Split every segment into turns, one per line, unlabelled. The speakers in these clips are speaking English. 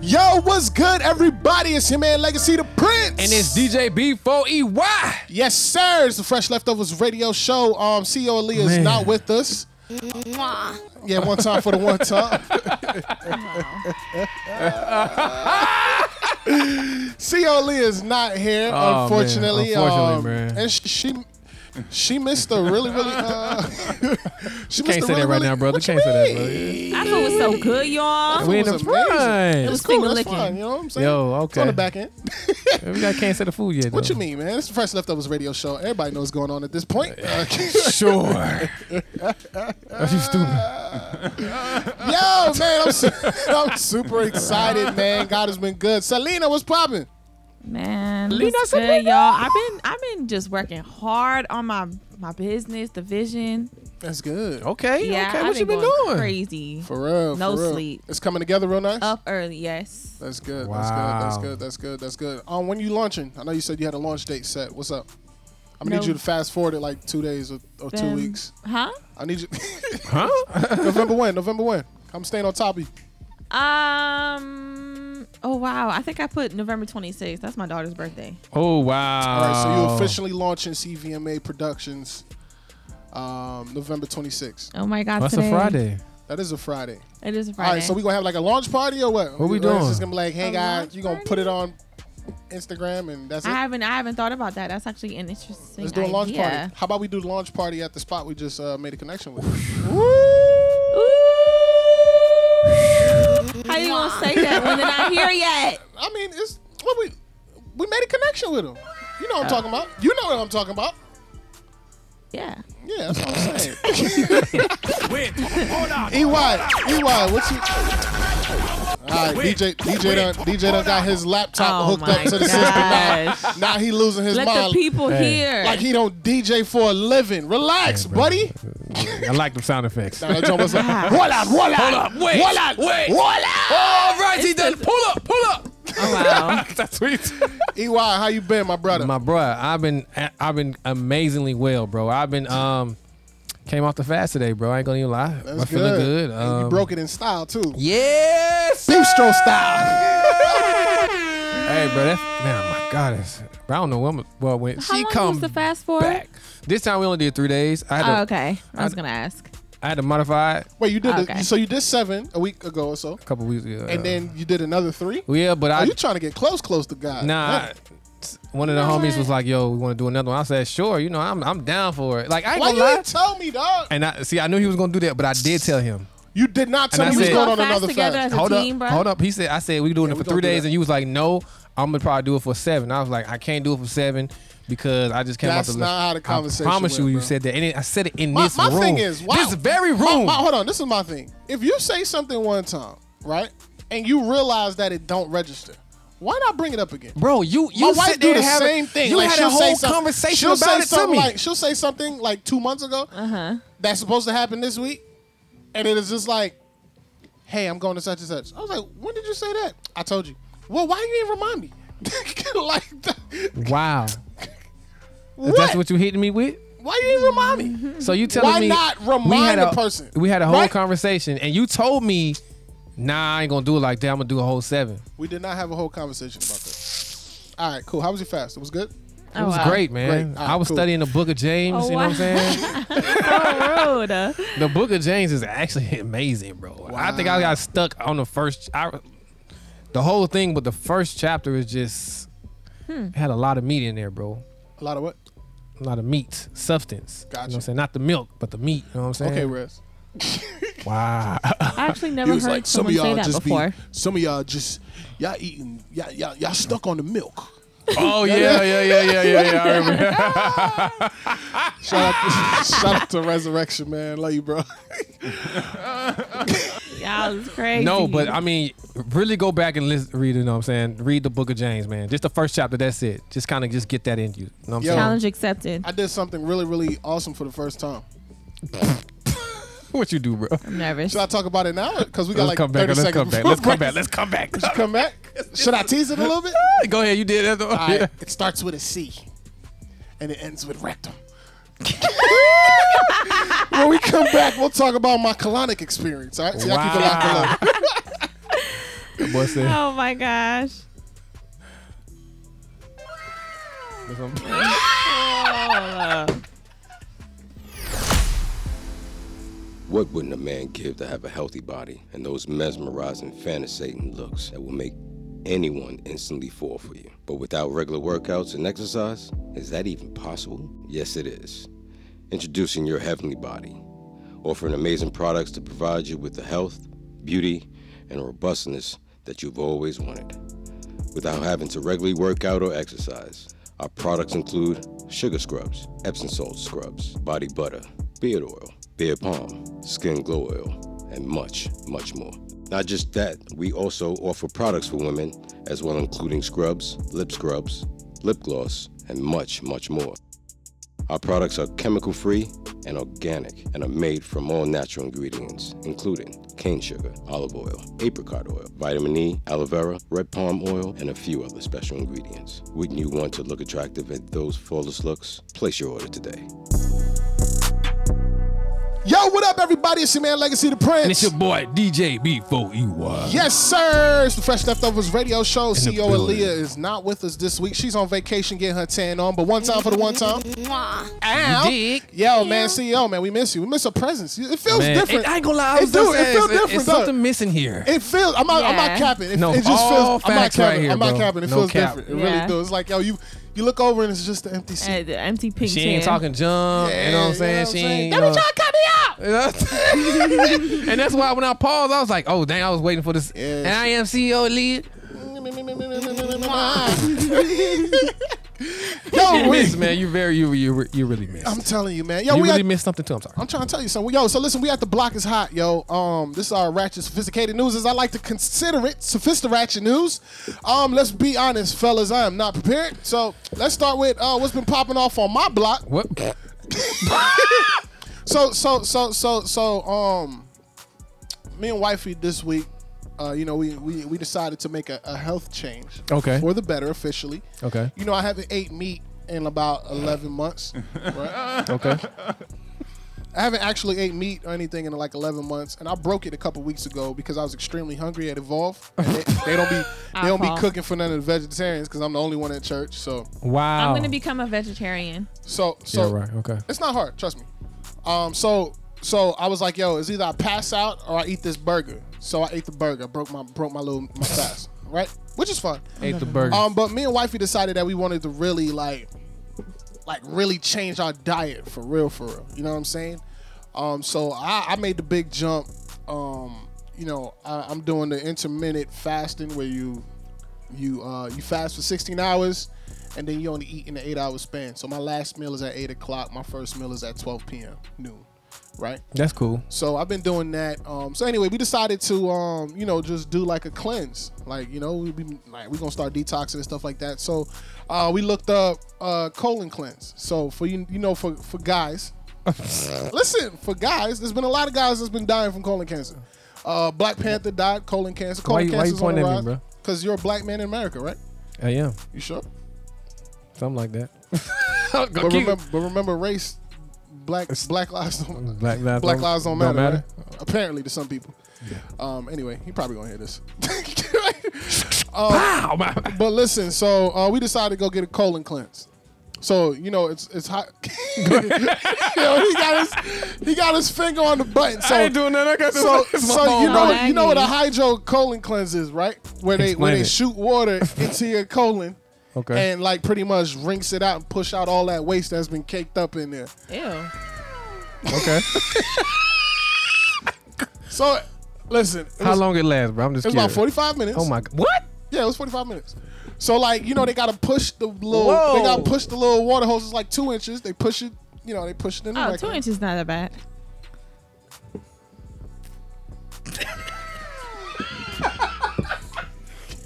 Yo, what's good, everybody? It's your man Legacy the Prince,
And it's DJ E B4EY.
Yes, sir. It's the Fresh Leftovers Radio Show. Um, CEO Aaliyah is
Man.
not with us. Yeah, one time for the one time. CEO Aaliyah is not here,
Oh, man.
unfortunately.
Unfortunately,
Um,
man.
and sh- she. She missed a really, really. Uh, she
Can't say that right now, brother. Can't say that, brother.
I food was so good, y'all.
We in
was
the
amazing.
It
front.
was
Cool,
finger
that's
licking.
fine. You know what I'm saying?
Yo,
It's on
okay.
the back end.
We got can't say the food yet.
What
though.
you mean, man? It's the Fresh Leftovers Radio Show. Everybody knows what's going on at this point. Uh,
Sure. Are you stupid?
Yo, man, I'm, su- I'm super excited, man. God has been good. Selena, what's popping?
Man,
Lena
what's
said
good,
Lena.
y'all. I've been I've been just working hard on my my business, the vision.
That's good.
Okay.
Yeah,
okay.
I've
What you been
going
doing?
Crazy.
Oh, For real.
No
for real.
sleep. Uh-huh.
It's coming together real nice.
Up early, yes.
That's good.
Wow.
That's good. That's good. That's good. That's good. Um, when you launching? I know you said you had a launch date set. What's up? I am gonna
No.
need you to fast forward it like two days or, or two
Um,
weeks.
Huh?
I need you.
Huh?
November when? November when? I'm staying on top of you.
Um. Oh wow. I think I put November 26th. That's my daughter's birthday.
Oh wow.
All right, so you officially launching CVMA Productions um, November 26th.
Oh my God.
That's
today.
a Friday.
That is a Friday.
It is a Friday.
All right, so we gonna have like a launch party or what?
What
Or
we
it's
doing?
just gonna be like, hey
A
guys,
launch
you gonna
party?
put it on Instagram and that's it.
I haven't I haven't thought about that. That's actually an interesting
Let's do a
idea.
launch party. How about we do the launch party at the spot we just uh, made a connection with?
How you gonna say that when they're not here yet?
I mean, it's what we we made a connection with them. You know what
Uh,
I'm talking about. You know what I'm talking about.
Yeah.
Yeah, that's what I'm saying. E EY, EY, what's you? All right, DJ, DJ done, DJ done got his laptop
Oh
hooked up
my
to the system. Now,
gosh.
now he losing his
Let
mind.
the people
Hey.
hear.
like he don't DJ for a living. Relax, buddy.
I like the sound effects.
Now that joint was like, "Wall out, wall out, wall out, wall out."
All right, he
It's
done.
just-
Pull up, pull up.
oh, wow.
That's sweet.
EY, E how you been, my brother?
My bro, I've been I've been amazingly well, bro. I've been um came off the fast today, bro. I ain't gonna even lie. I'm
That's
feeling good.
And you
Um,
broke it in style too.
Yes.
Bistro
sir.
style.
Hey, bro. That's, man, my God. It's, bro, I don't know when. Well, when
How
she
long
comes
was the fast forward?
back. This time we only did three days. I had to,
Oh, okay. I was gonna ask.
I had to modify it
Wait, you did the-
Okay.
so you did seven a week ago or so,
a couple weeks ago.
and then you did another three.
yeah, but
Are
I
you trying to get close, close to God?
nah.
Man.
I- one of the
know
homies
what?
was like, "Yo, we want to do another one." I said, "Sure, you know, I'm I'm down for it." Like I ain't
Why
gonna
you
lie.
ain't tell me, dog?
and I see, I knew he was gonna do that, but I did tell him.
You did not tell
And
me
I
we was
said-
going on
Fast
another
together
fast.
as a
hold
team,
up,
bro?
hold up. He said, I said we doing it
we
for
gonna
three
do
days,
that.
and you was like, no, I'm gonna probably do it for seven. I was like, I can't do it for seven because I just came
That's
out the.
not
list."
how the conversation
I promise you,
went,
you
bro.
said that, and it, I said it in
My-
this
my
room.
thing is, wow.
this very
My-
room.
my- hold on, this is my thing. If you say something one time, right, and you realize that it don't register, why not bring it up again?
Bro, you you
My
sit
wife
there
do the
and have a-
same thing.
You
like
had
she'll
a
say
whole
some-
conversation
she'll say
about it to
something
me. Uh-huh.
Like, she'll say something like two months ago that's supposed to happen this week, and it is just like, "Hey, I'm going to such and such." I was like, "When did you say that?" I told you. Well, why you didn't remind me? like, th-
wow,
what?
that's what you hitting me with.
why you didn't remind me?
So you telling
Why
me
not remind
we had
the
a,
person,
We had a whole
right?
conversation, and you told me, nah, I ain't gonna do it like that. I'm gonna do a whole seven.
We did not have a whole conversation about that. All right, cool. How was your fast? It was good.
Oh,
It was
wow.
great, man.
Great. All right,
I was
cool.
studying the Book of James.
Oh,
you know what I'm saying?
So rude.
The Book of James is actually amazing, bro. I think I got stuck on the first. I, the whole thing, but the first chapter is just it had a lot of meat in there, bro.
A lot of what?
A lot of meat, substance. You know what
Gotcha.
I'm saying? Not the milk, but the meat. You know what I'm saying?
Okay, Rez.
Wow.
I actually never heard someone say that before.
some of y'all just y'all eating y'all y'all, y'all stuck on the milk.
oh yeah, yeah, yeah, yeah, yeah, yeah. I remember.
Shout out, to, shout out to Resurrection, man. Love you, bro.
Y'all was crazy.
No, but I mean, really go back and listen, read. it, You know what I'm saying? Read the Book of James, man. Just the first chapter. That's it. Just kind of just get that in you. You know what I'm
Yo.
saying?
challenge accepted.
I did something really, really awesome for the first time.
What you do, bro?
I'm nervous.
Should I talk about it now? Because we got
Let's
like
come back.
30
Let's
seconds.
come back.
before
Let's come
break.
back. Let's come back.
Should come back? Should I tease it a little bit?
Go ahead. You did that. though.
All right. It starts with a C, and it ends with rectum. when we come back, we'll talk about my colonic experience. All right, so y'all keep it locked and loaded.
That boy said.
Oh my gosh.
That's what I'm-
What wouldn't a man give to have a healthy body and those mesmerizing, fantasating looks that will make anyone instantly fall for you? But without regular workouts and exercise, is that even possible? Yes, it is. Introducing your heavenly body, offering amazing products to provide you with the health, beauty, and robustness that you've always wanted without having to regularly work out or exercise. Our products include sugar scrubs, Epsom salt scrubs, body butter, beard oil, beard balm, skin glow oil, and much, much more. Not just that, we also offer products for women as well, including scrubs, lip scrubs, lip gloss, and much, much more. Our products are chemical free and organic and are made from all natural ingredients, including cane sugar, olive oil, apricot oil, vitamin E, aloe vera, red palm oil, and a few other special ingredients. Wouldn't you want to look attractive at those flawless looks? Place your order today.
Yo, what up, everybody? It's your man Legacy the Prince.
And it's your boy DJ E B4EY.
Yes, sir. It's the Fresh Leftovers Radio Show.
the
CEO Aaliyah
building.
is not with us this week. She's on vacation getting her tan on, but one time for the one time.
Mm-hmm.
Ow.
You dig?
Yo, man, CEO, man, we miss you. We miss her presence. It feels
Man,
different.
It, I ain't gonna lie, I was
it, do, it
just saying,
feels
it's-
different.
It's
though.
something missing here.
It feels. I'm not. I'm not
Yeah.
capping. It,
No,
it just
all
feels. I'm not
facts right
capping.
here,
I'm not
bro.
capping. It
No
feels
cap.
different. It
Yeah.
really does. It's like yo, you you look over and it's just the empty seat.
Uh, the empty pink
She ain't
chair.
talking uh, junk. you know what I'm saying? she ain't.
They
you
be
know-
trying to cut me out.
and that's why when I paused, I was like, "Oh dang!" I was waiting for this.
Yeah.
And I am CEO lead.
Yo,
You
we,
miss, man. You very you you you really miss.
I'm telling you, man. Yo,
you
we
really
at-
missed something too. I'm sorry.
I'm trying to tell you something. Yo, so listen, we at the block is hot, yo. Um, this is our ratchet sophisticated news, as I like to consider it sophisticated ratchet news. Um, let's be honest, fellas, I am not prepared. So let's start with uh, what's been popping off on my block.
what?
So so so so so um, me and wifey this week, uh, you know, we we, we decided to make a, a health change.
Okay.
For the better, officially.
Okay.
You know, I haven't ate meat in about eleven months. Right.
Okay.
I haven't actually ate meat or anything in like 11 months, and I broke it a couple weeks ago because I was extremely hungry at Evolve. And they, they don't be they don't be
Alcohol.
cooking for none of the vegetarians because I'm the only one at church. So
Wow.
I'm gonna become a vegetarian.
so so
Yeah. Right. Okay.
it's not hard, trust me. Um, so so I was like, yo, it's either I pass out or I eat this burger. So I ate the burger. I broke my broke my little my fast, right? Which is fun.
Ate the burger.
Um, but me and wifey decided that we wanted to really like, like really change our diet for real, for real. You know what I'm saying? Um, so I, I made the big jump. Um, you know, I, I'm doing the intermittent fasting where you, you, uh, you fast for 16 hours, and then you only eat in an eight-hour span. So my last meal is at eight o'clock. My first meal is at 12 p.m. noon, right?
That's cool.
So I've been doing that. Um, so anyway, we decided to, um, you know, just do like a cleanse. Like, you know, we we like we gonna start detoxing and stuff like that. So uh, we looked up uh, colon cleanse. So for you, you know, for for guys, listen, for guys, there's been a lot of guys that's been dying from colon cancer. Uh, black Panther died colon cancer.
Why
Colon
you- why you
cancer's on the
pointing at me,
rise.
bro?
Cause you're a black man in America, right?
I am.
You sure?
Something like that.
But remember, but remember, race, black black lives don't
Black lives
Black
don't-
lives don't matter.
don't
right? Apparently, to some people. Um. Anyway, he probably gonna hear this.
Wow. my-
but listen, so uh, we decided to go get a colon cleanse. So you know, it's it's hot. Yo, he got his he got his finger on the button. So
I ain't doing nothing. I got this.
so,
this is my
so you
phone.
know
No,
you know what a
Aggie.
hydro colon cleanse is, right? Where they where
Explain
they
it.
shoot water into your colon.
Okay.
And like pretty much rinse it out and push out all that waste that's been caked up in there. Oh
Ew.
Okay.
So listen, it
How
was,
long it lasts, bro? I'm just.
It was about
curious.
45 minutes.
Oh my. What?
Yeah, it was 45 minutes. So like, you know, they gotta push the little
Whoa.
they gotta push the little water hose is like two inches. They push it, you know, they push it in the
Oh,
back
two
end.
inches not that bad.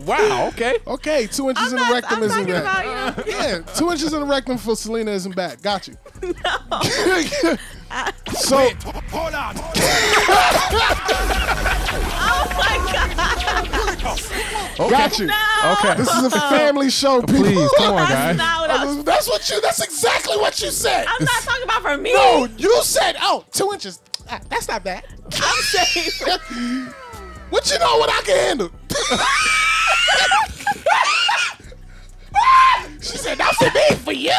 Wow. Okay.
Okay, two inches in the rectum
I'm
isn't
talking
bad.
about, you know,
yeah, two inches in the rectum for Selena isn't bad. Got you. so
Hold on.
Oh,
got you.
Okay.
This is a family show, people.
Please, come on,
that's
guys.
not what I-
that's what you that's exactly what you said.
I'm not talking about for me.
No, you said oh, two inches. Ah, That's not bad.
I'm saying
What you know what I can handle? she said, that's the me for you.
Yo!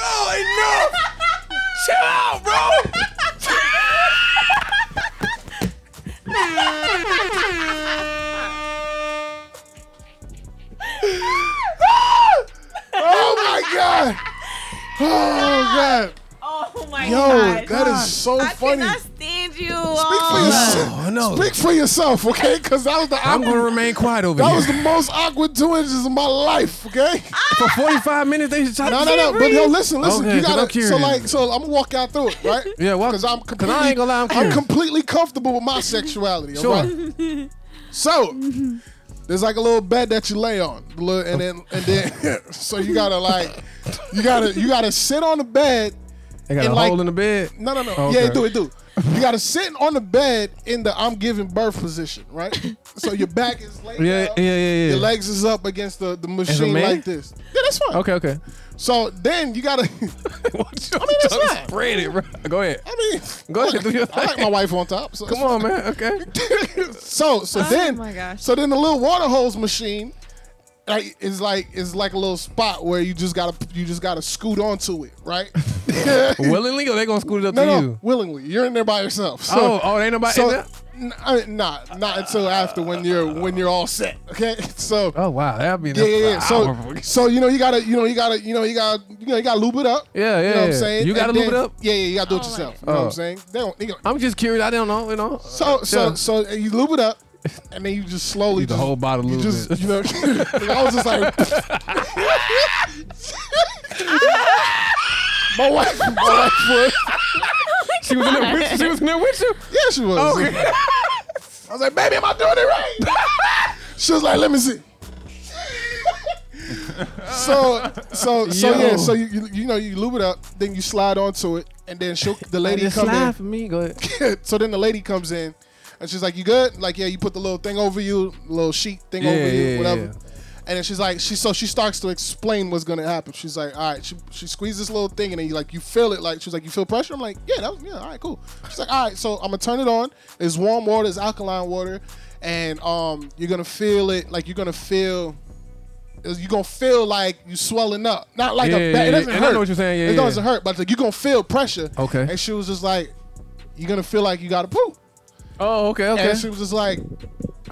Oh, enough! Chill out, bro!
Oh my god. Oh god.
Oh my
Yo, that is so
I
funny.
cannot stand you.
Speak for yourself.
Oh no.
Speak for yourself, okay? Because that was the
I'm gonna
awkward-
remain quiet over
that
here.
was the most awkward two inches of my life, okay?
For 45 minutes, they should try
No,
to
no, no. But yo, listen, listen.
Okay,
you
'cause I'm
gotta.
curious.
So like, so I'm gonna walk out through it, right?
Yeah, walk-
Because I'm
'cause I
completely.
ain't gonna lie, I'm curious.
completely comfortable with my sexuality.
Sure.
alright? So there's like a little bed that you lay on, the little- and then and then so you gotta like, you gotta you gotta sit on the bed.
They got
And
a
like-
hole in the bed.
No, no, no.
Oh,
Yeah,
okay.
it do it do. You gotta sit on the bed in the I'm giving birth position, right? So your back is laid
Yeah,
out,
yeah, yeah, yeah.
Your legs is up against the, the machine
man?
like this. Yeah, that's fine.
Okay, okay.
So then you gotta
what you I
mean, that's fine.
Spread it, bro. Go ahead.
I mean,
Go ahead, do your
I like
thing.
my wife on top. So
Come on, man. Okay.
so so then,
Oh my gosh.
so then the little water hose machine, like, is like is like a little spot where you just gotta you just gotta scoot onto it, right?
Willingly, or they gonna scoot it up
no,
to
no,
you?
willingly. You're in there by yourself. So,
Oh, oh, ain't nobody.
so n- I mean, not not until after when you're when you're all set. Okay, so.
oh wow, that'd be
Yeah, yeah, yeah. So,
Hour.
so you know, you gotta, you know, you gotta, you know, you gotta, you know, you gotta lube it up.
Yeah,
You
yeah,
know what I'm
yeah.
saying?
You gotta
And
lube it
then-
up?
Yeah, yeah, you gotta do it
Oh,
yourself.
right.
You know what
Oh.
I'm saying? They don't, they don't,
I'm just curious. I don't know. You know. Uh,
So so
Yeah.
so you lube it up, and then you just slowly
You the
just-
whole bottle
You
lube
just
it.
you know. I was just like. My wife, Oh my wife would.
she was in there with you. She was in there with you.
Yeah, she was. I was like, baby, am I doing it right? she was like, let me see. so, so, so
Yo.
yeah. So you, you, you know, you lube it up, then you slide onto it, and then she'll, the lady
Just
come in.
slide for me. Go ahead.
so then the lady comes in and she's like, You good? Like, yeah, you put the little thing over you, little sheet thing
Yeah,
over you,
yeah,
whatever.
yeah.
And then she's like, she so she starts to explain what's gonna happen. She's like, all right, she, she squeezes this little thing and then you like you feel it. Like she's like, you feel pressure. I'm like, yeah, that was, yeah, all right, cool. She's like, all right, so I'm gonna turn it on. It's warm water, it's alkaline water, and um, you're gonna feel it. Like you're gonna feel, you're gonna feel like you swelling up. Not like
Yeah,
a, ba-
yeah,
it doesn't
yeah. I
hurt.
know what you're saying. Yeah,
it
yeah.
doesn't hurt, but like, you're gonna feel pressure.
Okay.
And she was just like, you're gonna feel like you gotta poop.
Oh, okay, okay.
And she was just like,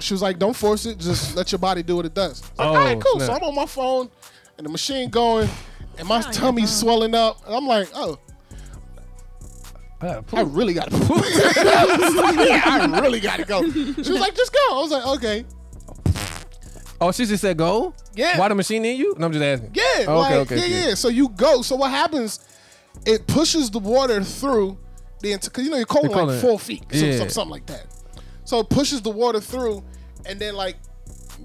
she was like, don't force it, just let your body do what it does. I was like,
Oh,
all right, cool. So
snap.
I'm on my phone and the machine going and my tummy's swelling up. And I'm like, oh,
Uh,
I really gotta poop. yeah, I really gotta go. She was like, just go. I was like, okay.
oh, she just said go.
Yeah.
Why the machine in you? And I'm just asking.
Yeah,
Okay,
like,
okay,
yeah,
okay.
yeah. So you go. So what happens? It pushes the water through the entire. Cause you know your colon
The
like
colon.
four feet, some-
Yeah.
some- something like that. So it pushes the water through, and then like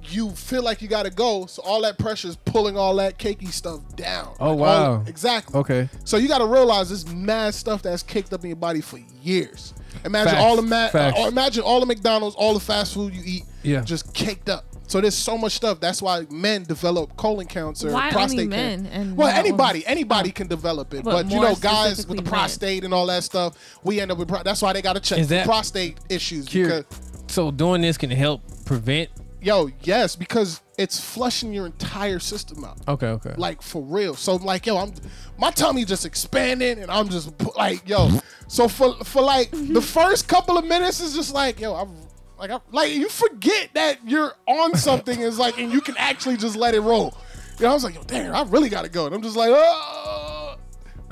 you feel like you gotta go. So all that pressure is pulling all that cakey stuff down.
Oh,
Like, all-
wow.
exactly.
Okay.
So you gotta realize this mad stuff that's caked up in your body for years. Imagine
Facts,
all the ma-
facts.
or imagine all the McDonald's, all the fast food you eat,
Yeah.
just caked up. So there's so much stuff. That's why men develop colon cancer
Why only
prostate
men
cancer.
and
well,
not
anybody, anybody can develop it, but,
But
you
more
know, guys with
specifically
the
men.
prostate and all that stuff, we end up with. Pro- that's why they got to check
Is
for
that
prostate issues.
Curious.
Because,
So doing this can help prevent.
yo, yes, because it's flushing your entire system out.
Okay, okay.
Like for real. So like yo, I'm my tummy just expanding and I'm just pu- like yo. So for for like the first couple of minutes is just like yo, I'm like I'm like you forget that you're on something is like and you can actually just let it roll. You know, I was like yo, damn, I really gotta go, and I'm just like oh,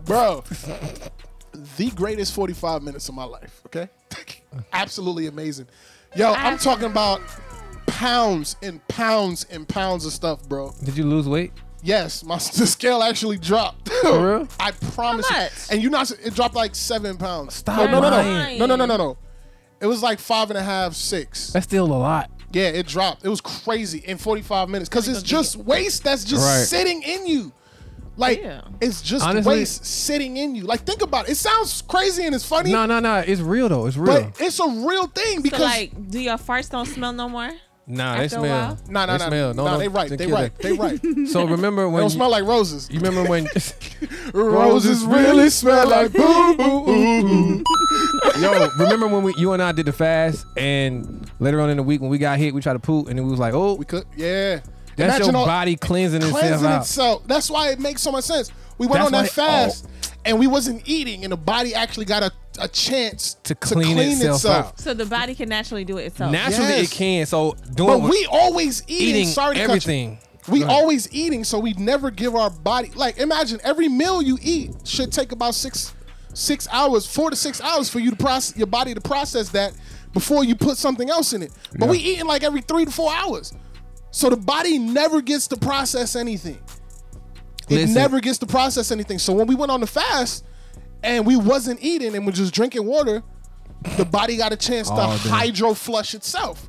bro. The greatest 45 minutes of my life. Okay, absolutely amazing. Yo, I'm talking about pounds and pounds and pounds of stuff, bro.
Did you lose weight?
Yes, my the scale actually dropped.
For real?
I promise.
How
you.
much?
And you not it dropped like seven pounds.
Stop
No, no, no, no,
lying.
no, no, no, no, no. It was like five and a half, six.
That's still a lot.
Yeah, it dropped. It was crazy in 45 minutes because it's just waste that's just
Right.
sitting in you. Like
Yeah.
it's just
Honestly-
waste sitting in you. Like think about it. It sounds crazy and it's funny,
No, no, no. It's real though. It's real.
but it's a real thing
So
because
like, do your farts don't smell no more?
Nah, they
After a while?
smell.
Nah, nah,
they
nah.
smell. No,
nah,
no,
they right.
just
They
kill
right.
that.
They right. They
So remember when
don't
you,
smell like roses.
you remember when
Roses really smell like boo boo.
Yo, remember when we you and I did the fast and later on in the week when we got hit, we tried to poop and then we was like, oh,
We could, yeah.
that's
Imagine
your
all-
body cleansing itself
cleansing
out.
itself. That's why it makes so much sense. We went
That's
on that
why oh. they-
fast, and we wasn't eating, and the body actually got a, a chance
To clean itself out.
So the body can naturally do it itself.
Naturally,
Yes.
it can. So doing
But we always eating.
eating
sorry to cut you.
everything.
We
Go ahead.
always eating, so we never give our body like imagine every meal you eat should take about six six hours, four to six hours for you to process your body to process that before you put something else in it. But we eating like every three to four hours. So the body never gets to process anything. It
Listen.
never gets to process anything. So when we went on the fast and we wasn't eating and we're just drinking water, the body got a chance to
Oh, damn.
hydro flush itself.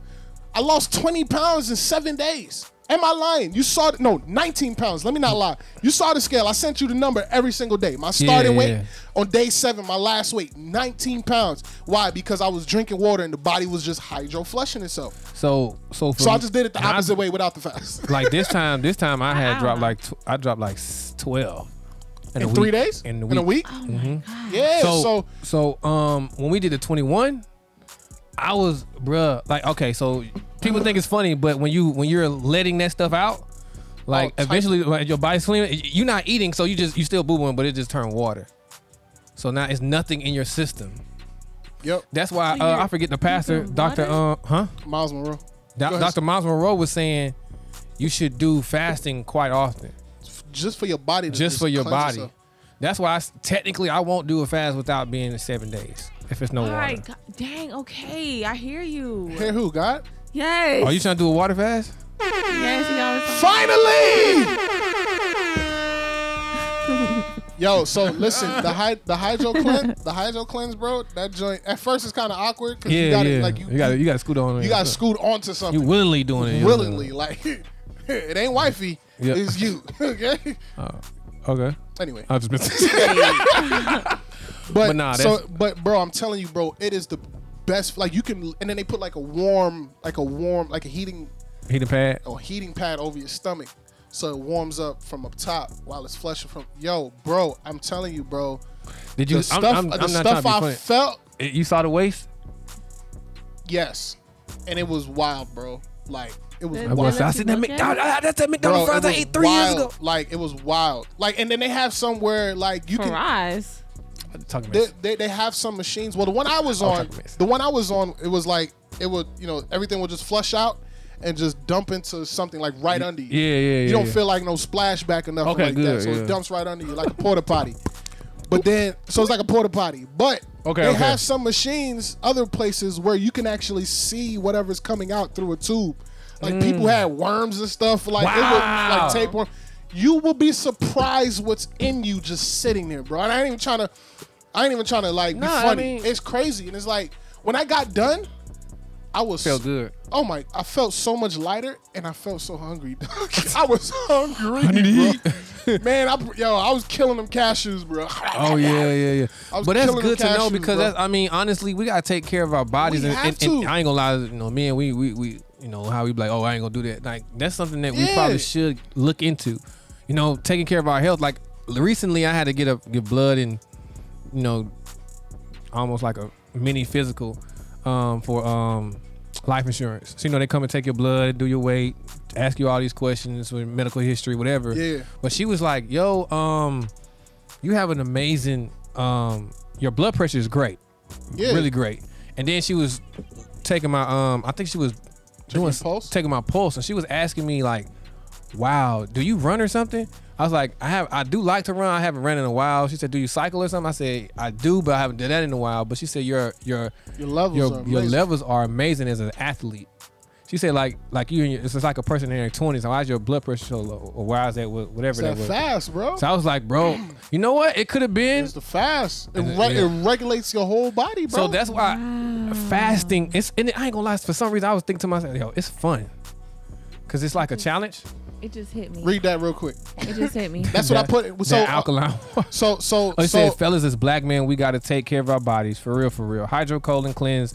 I lost 20 pounds in seven days. Am I lying? You saw no 19 pounds. Let me not lie. You saw the scale. I sent you the number every single day. My starting
Yeah.
weight on day seven, my last weight, 19 pounds. Why? Because I was drinking water and the body was just hydro flushing itself.
so so for
So I just did it the
Mm-hmm. and I-
opposite way without the fast.
Like this time, this time I had
Wow.
dropped like tw- I dropped like s- twelve a
In three
week.
days?
In, the
In a week?
Oh my god.
Yeah. So,
so, so um when we did the 21 i was bruh like okay so people think it's funny but when you when you're letting that stuff out like
Oh, tight.
eventually like your body's swimming you're not eating so you just you still booing but it just turned water so now it's nothing in your system
yep.
that's why
So
uh,
you're
i forget the pastor
eating
dr uh,
water?
huh
Miles Monroe.
Do-
Go ahead.
dr miles monroe was saying you should do fasting quite often
Just for your body. To
just for your
cleanse
body
itself.
that's why I s technically i won't do a fast without being in seven days if it's no
All
water
right, Oh God, dang. Okay, I hear you.
Hear who, God?
Yes.
Are Oh, you trying to do a water fast?
yes, you know, it's-
Finally! Yo, so listen, the hy- the hydro cleanse, the hydro cleanse, bro. That joint at first is kind of awkward because you got to like you,
you got you got to scoot on.
you got to scoot onto something
You willingly doing it. you know.
willingly, like it ain't wifey,
Yeah.
it's you. Okay.
Okay.
Anyway,
I've just been.
but,
Uh, but nah,
so
that's-
but bro, I'm telling you, bro, it is the best. Like you can, and then they put like a warm, like a warm, like a heating
He the pad.
or heating pad over your stomach so it warms up from up top while it's flushing from yo bro i'm telling you bro
Did
the
you?
stuff,
I'm, I'm,
the
I'm not
stuff i
trying to be funny.
felt
Eh, you saw the waist?
yes and it was wild bro like it was
I
That-
wild.
Why
was.
let
I
you
said that. Mc-
look at it?
ah, ah, That's that
Bro,
McDonald's
it
fries I
was
ate three years ago.
wild. Like it was wild. Like and then they have somewhere like you can
Fries.
Talking
they,
about
they, they have some machines. Well, the one I was
I'll
on,
talk mess.
the one I was on, it was like it would, you know, everything would just flush out and just dump into something like right under you.
yeah, yeah,
You
yeah,
don't
yeah.
feel like no splashback enough
Okay,
like that,
good,
so
yeah.
it dumps right under you like a porta potty. But then, so it's like a porta potty. But
Okay,
they
okay.
have some machines, other places where you can actually see whatever's coming out through a tube. Like people had worms and stuff. Like
Mm. Wow.
it would, like tapeworm. You will be surprised what's in you just sitting there, bro. And I ain't even trying to, I ain't even trying to like be
Nah, I
funny.
mean-
it's crazy, and it's like when I got done, I was
felt good.
Oh my! I felt so much lighter, and I felt so hungry. dog. I was hungry, bro. Man, I yo, I was killing them cashews, bro.
Oh yeah, yeah, yeah.
I was
But that's
killing the
good to know
cashews,
because
bro.
that's, I mean, honestly, we gotta take care of our bodies,
We
and,
have
and- and
to.
I ain't gonna lie, you know, me and we, we, we, you know, how we be like, oh, I ain't gonna do that. Like that's something that we
Yeah.
probably should look into, you know, taking care of our health. Like recently, I had to get up, get blood, and you know, almost like a mini physical um, for um, life insurance. So you know, they come and take your blood, do your weight, ask you all these questions with medical history, whatever.
Yeah.
But she was like, "Yo, um." you have an amazing um your blood pressure is great
Yeah.
really great and then she was taking my um i think she was doing
your pulse?
taking my pulse and she was asking me like wow do you run or something i was like i have i do like to run i haven't ran in a while she said do you cycle or something i said i do but i haven't done that in a while but she said your your
Your levels
your,
are amazing.
your levels are amazing as an athlete she said like like you and your, it's just like a person in their 20s why is your blood pressure so low or why is that wha- whatever
It's that
that was
fast, bro.
so i was like bro you know what it could have been
It's the fast. It,
Is it-
re-
yeah.
it regulates your whole body, bro.
So that's why fasting. It's and I ain't gonna lie. For some reason, I was thinking to myself, "Yo, it's fun," because it's like a challenge.
It just hit me.
read that real quick.
It just hit me.
That's what I put. it- So
that alkaline.
So so
I
so.
said, "Fellas, as black men, we got to take care of our bodies for real, for real. Hydrocolon cleanse,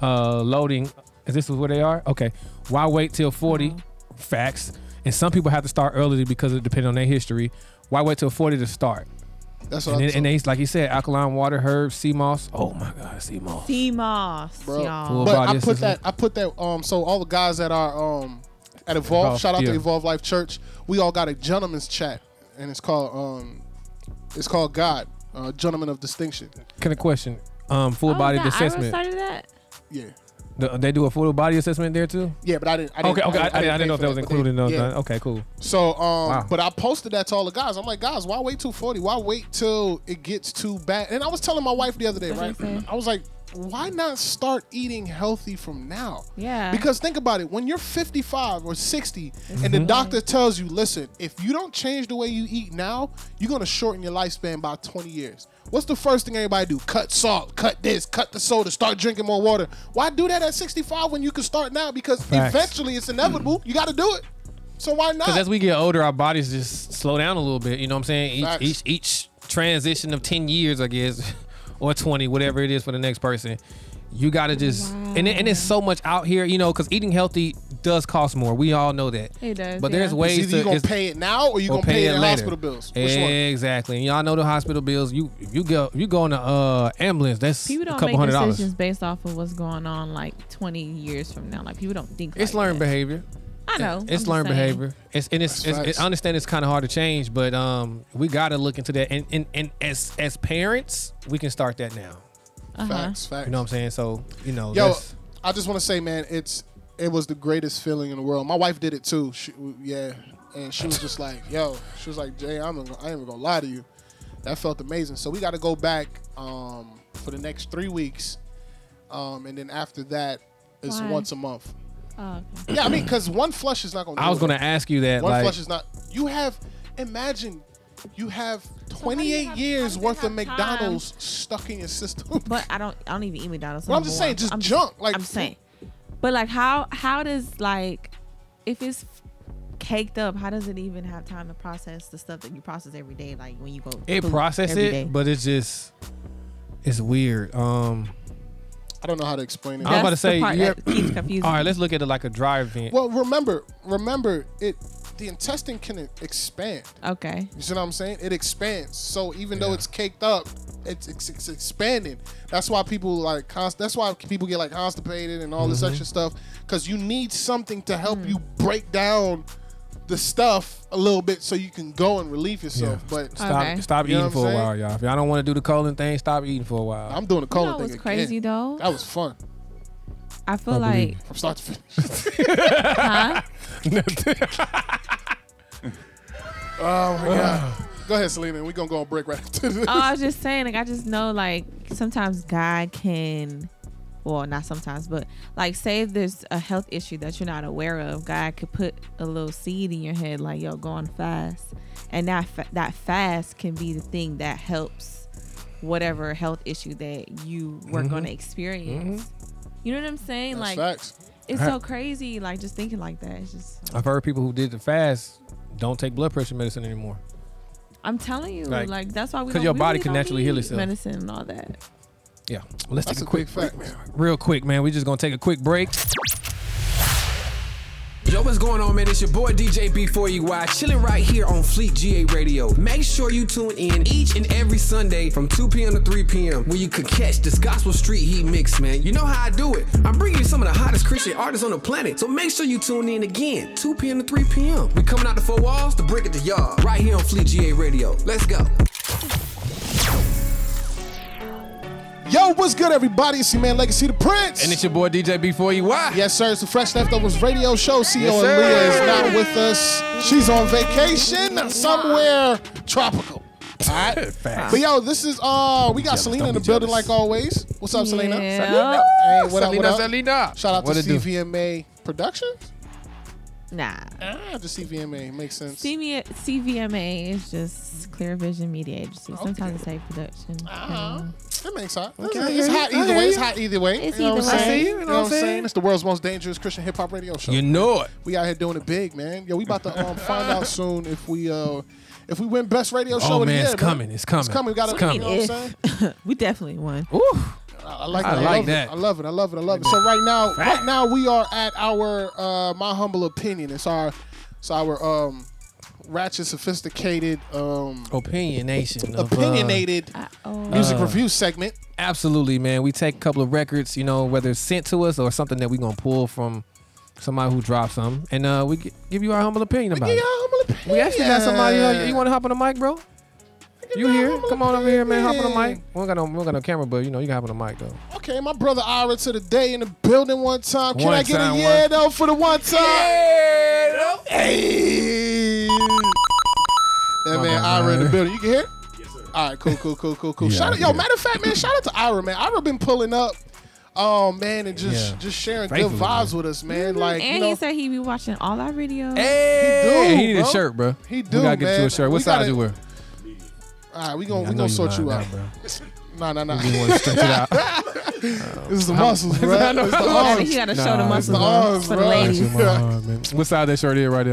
uh, loading Is this where they are? Okay. Why wait till 40?
Uh-huh.
Facts. And some people have to start early because it depends on their history. Why wait till 40 to start?
That's what
And,
I'm
then, and they, like you said, alkaline water, herbs, sea moss. Oh my God, sea moss.
Sea moss,
Bro.
y'all.
Well,
But
body
I
is
put
just-
that. I put that. Um. So all the guys that are um at Evolve,
Evolve,
shout out
yeah.
to Evolve Life Church. We all got a gentleman's chat, and it's called um, it's called God, uh, gentleman of distinction.
Kind of question. Um, full body
oh, is that Ira
assessment.
started that?
Yeah.
The- they do a full body assessment there too.
Yeah, but I didn't. I didn't
Okay, okay. I, I, didn't, I didn't know if
pay
that was
for but they-
included. in those.
yeah.
none. Okay, cool.
So, um,
Wow.
but I posted that to all the guys. I'm like, guys, why wait till 40? Why wait till it gets too bad? And I was telling my wife the other day, right?
What'd you say?
I was like, why not start eating healthy from now?
Yeah.
Because think about it, when you're 55 or 60 and
Mm-hmm.
the doctor tells you, listen, if you don't change the way you eat now, you're going to shorten your lifespan by 20 years. What's the first thing everybody do? Cut salt, cut this, cut the soda, start drinking more water. Why do that at 65 when you can start now? Because
Facts.
eventually it's inevitable. You got to do it. So why not?
Because as we get older, our bodies just slow down a little bit. You know what I'm saying? Each
Facts.
each, each transition of ten years, I guess, or twenty, whatever it is for the next person, you gotta just and it, and it's so much out here, you know, because eating healthy does cost more. We all know that.
It does,
But
yeah.
there's
It's
ways
It's either
to
you gonna
it's-
pay it now or you
or
gonna pay, it in hospital bills. Which one?
exactly. And y'all know the hospital bills. You if you go if you go in the uh, ambulance, that's
People
a
don't
couple
make
hundred
decisions
dollars.
based off of what's going on like 20 years from now. Like people don't think.
It's
like
learned
that.
behavior.
I know. I'm
It's
just
learned
saying.
behavior. It's and it's,
That's
it's
facts.
I understand it's kind of hard to change, but um, we gotta look into that. And and and as as parents, we can start that now.
Uh-huh.
Facts, facts.
You know what I'm saying? So you know,
Yo,
that's-
I just want to say, man, it's it was the greatest feeling in the world. My wife did it too. She, yeah, and she was just like, "Yo," she was like, "Jay, I'm not gonna- I ain't even gonna lie to you. That felt amazing." So we got to go back um, for the next three weeks, um, and then after that is
Why?
once a month.
Oh, okay.
Yeah, I mean, because one flush is not gonna.
I
do
was
it.
gonna ask you that.
One
like,
flush is not. You have, imagine, you have
how do
28
you have- how do
years
they
worth of
have time?
McDonald's stuck in your system.
But I don't. I don't even eat McDonald's.
Well, I'm
no
just
more.
saying, just
I'm
junk, like-
I'm saying. But like, how how does like, if it's caked up, how does it even have time to process the stuff that you process every day? Like when you go.
it
poop
process
every
it,
day?
but it's just it's weird. Um,
I don't know how to explain it.
I was about to
That's
say,
the part
you're-
that keeps confusing.
all right, let's look at it like a dry event.
well, remember, remember it. The intestine can expand.
Okay.
You see what I'm saying? It expands. So even though
Yeah.
it's caked up, it's, it's, it's expanding. That's why people like const- That's why people get like constipated and all this
Mm-hmm.
extra stuff. Because you need something to help you
Mm.
break down the stuff a little bit so you can go and relieve yourself.
Yeah.
But
stop
Okay.
stop
You know
eating
what I'm
for a
saying?
while, y'all. If y'all don't want to do the colon thing, stop eating for a while.
I'm doing the
You
colon
know
thing
what's crazy
again.
though?
That was fun
I feel
I believe
like,
from start to finish.
huh?
Oh,
go ahead, Selena. We're gonna go on break right after this.
oh, I was just saying, like, I just know, like, sometimes God can, well, not sometimes, but like, say if there's a health issue that you're not aware of, God could put a little seed in your head, like, yo, go on fast. And that, fa- that fast can be the thing that helps whatever health issue that you were
Mm-hmm.
going to experience. You know what I'm saying?
That's
like,
facts.
it's
Right.
so crazy, like, just thinking like that. It's just,
I've heard people who did the fast don't take blood pressure medicine anymore.
I'm telling you,
Like,
like, that's why we
'cause
don't-
your
we
body
really
can
don't
naturally heal
need
itself.
Medicine and all that.
Yeah, let's
That's
take
a
a quick
quick fact.
real quick, man. We're just gonna take a quick break.
Yo, what's going on, man? It's your boy DJ B4EY, chilling right here on Fleet GA Radio. Make sure you tune in each and every Sunday from 2 p.m. to 3 p.m. where you could catch this Gospel Street Heat mix, man. You know how I do it. I'm bringing you some of the hottest Christian artists on the planet, so make sure you tune in again, 2 p.m. to 3 p.m. We coming out the four walls, the brick at the yard, right here on Fleet GA Radio. Let's go.
Yo, what's good, everybody? It's your man Legacy the Prince.
And it's your boy DJ B4EY.
yes, sir. It's the Fresh Leftovers Radio Show. CEO
Yes, sir.
Leah is not with us. She's on vacation somewhere tropical. All right.
Facts.
But yo, this is uh, we got
jealous.
Selena
Don't
in the
be
building
jealous.
like always. What's up, Selena?
Yeah.
Hey, what up, what
Selena,
up?
Selena.
Shout out to
What it do?
CVMA Productions.
Nah.
Ah, the CVMA makes sense.
CV- CVMA is just Clear Vision Media Agency. Sometimes I say production.
Uh-huh. It makes hot.
I
It's,
hear
it's
you.
hot
I
either
hear
way. It's
you.
hot either way.
It's
you know what
either
I'm
way.
saying?
I see you.
You know what I'm saying? It's the world's most dangerous Christian hip hop radio show.
You know it.
We out here doing it big, man. Yo, we about to um, find out soon if we uh if we win best radio show.
Oh
of the
man,
year,
it's coming. It's coming.
It's coming. We got
It's
to. You
coming.
know what I'm saying?
we definitely won.
Ooh.
I like it.
I
I,
like
love
that.
It. I love it. I love it. I love it. So right now, right now we are at our uh my humble opinion. It's our it's our um ratchet sophisticated um
Opinionation. Oh, of, uh,
opinionated music
Uh,
review segment.
absolutely, man. We take a couple of records, you know, whether it's sent to us or something that we gonna pull from somebody who dropped some, and uh, we gi- give you our humble opinion about
Yeah,
it.
humble opinion.
We actually got somebody. uh, you want to hop on the mic, bro? You here? Come on over here, man. Hop on the mic. We don't got no, we don't got no camera, but you know you can hop on the mic though.
Okay, my brother Ira to the day in the building one time. Can
One
I get
time,
a yeah
one-
though for the one time? Hey. That
My
man
bad,
Ira in the
man.
building. You can hear? Yes, sir. All right, cool, cool, cool, cool, cool.
Yeah,
shout out, yo,
yeah.
matter of fact, man, shout out to Ira, man. Ira been pulling up, oh man, and just
Yeah.
just sharing
Faithfully,
good vibes
man.
with us, man. Like you
and
know,
he said he be watching all our videos.
Hey,
do,
he need a
bro.
shirt, bro.
He
We
do,
gotta get you
man.
a shirt. What
We
size
gotta-
you wear?
all right, we gonna
I
we
know
gonna sort you
lying
out. Nah,
now,
nah, nah.
bro. You want to stretch it out?
This is the muscles, bro.
I know.
It's the
He
Gotta-
arms.
he gotta
Nah,
show the
it's
muscles
the
on-
arms,
for the
bro.
Stretch
ladies.
it, my arm, man. What size that shirt is right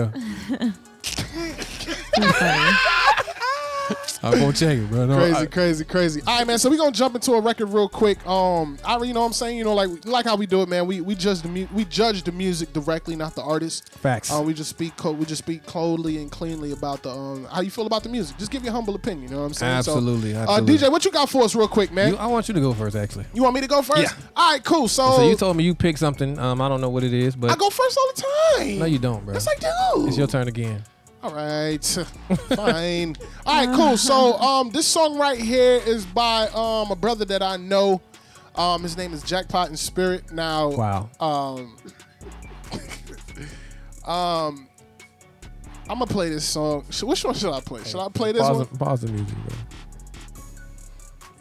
there? I'm gonna check it, bro. No,
crazy,
I-
crazy, crazy. All right, man. So we gonna jump into a record real quick. Um, I you know what I'm saying you know like like how we do it, man. We we judge the mu- we judge the music directly, not the artist.
Facts.
Uh, we just speak co- we just speak coldly and cleanly about the um how you feel about the music. Just give your humble opinion. You know what I'm saying? So,
Absolutely,
Uh,
absolutely.
DJ, what you got for us, real quick, man?
You-
You,
I want you to go first, actually.
want me to go first?
Yeah.
All right, cool. So,
So you told me you picked something. Um, I don't know what it is, but
Oh. I go first all the time.
no, you don't, bro.
Yes, I do.
It's your turn again.
All right, fine. All right, cool. So, um, this song right here is by um a brother that I know. Um, his name is Jackpot in Spirit. Now, um,
Wow.
I'm gonna um, play this song. Sh- Which one should I play? Should I play this
pause,
one?
the, pause the music,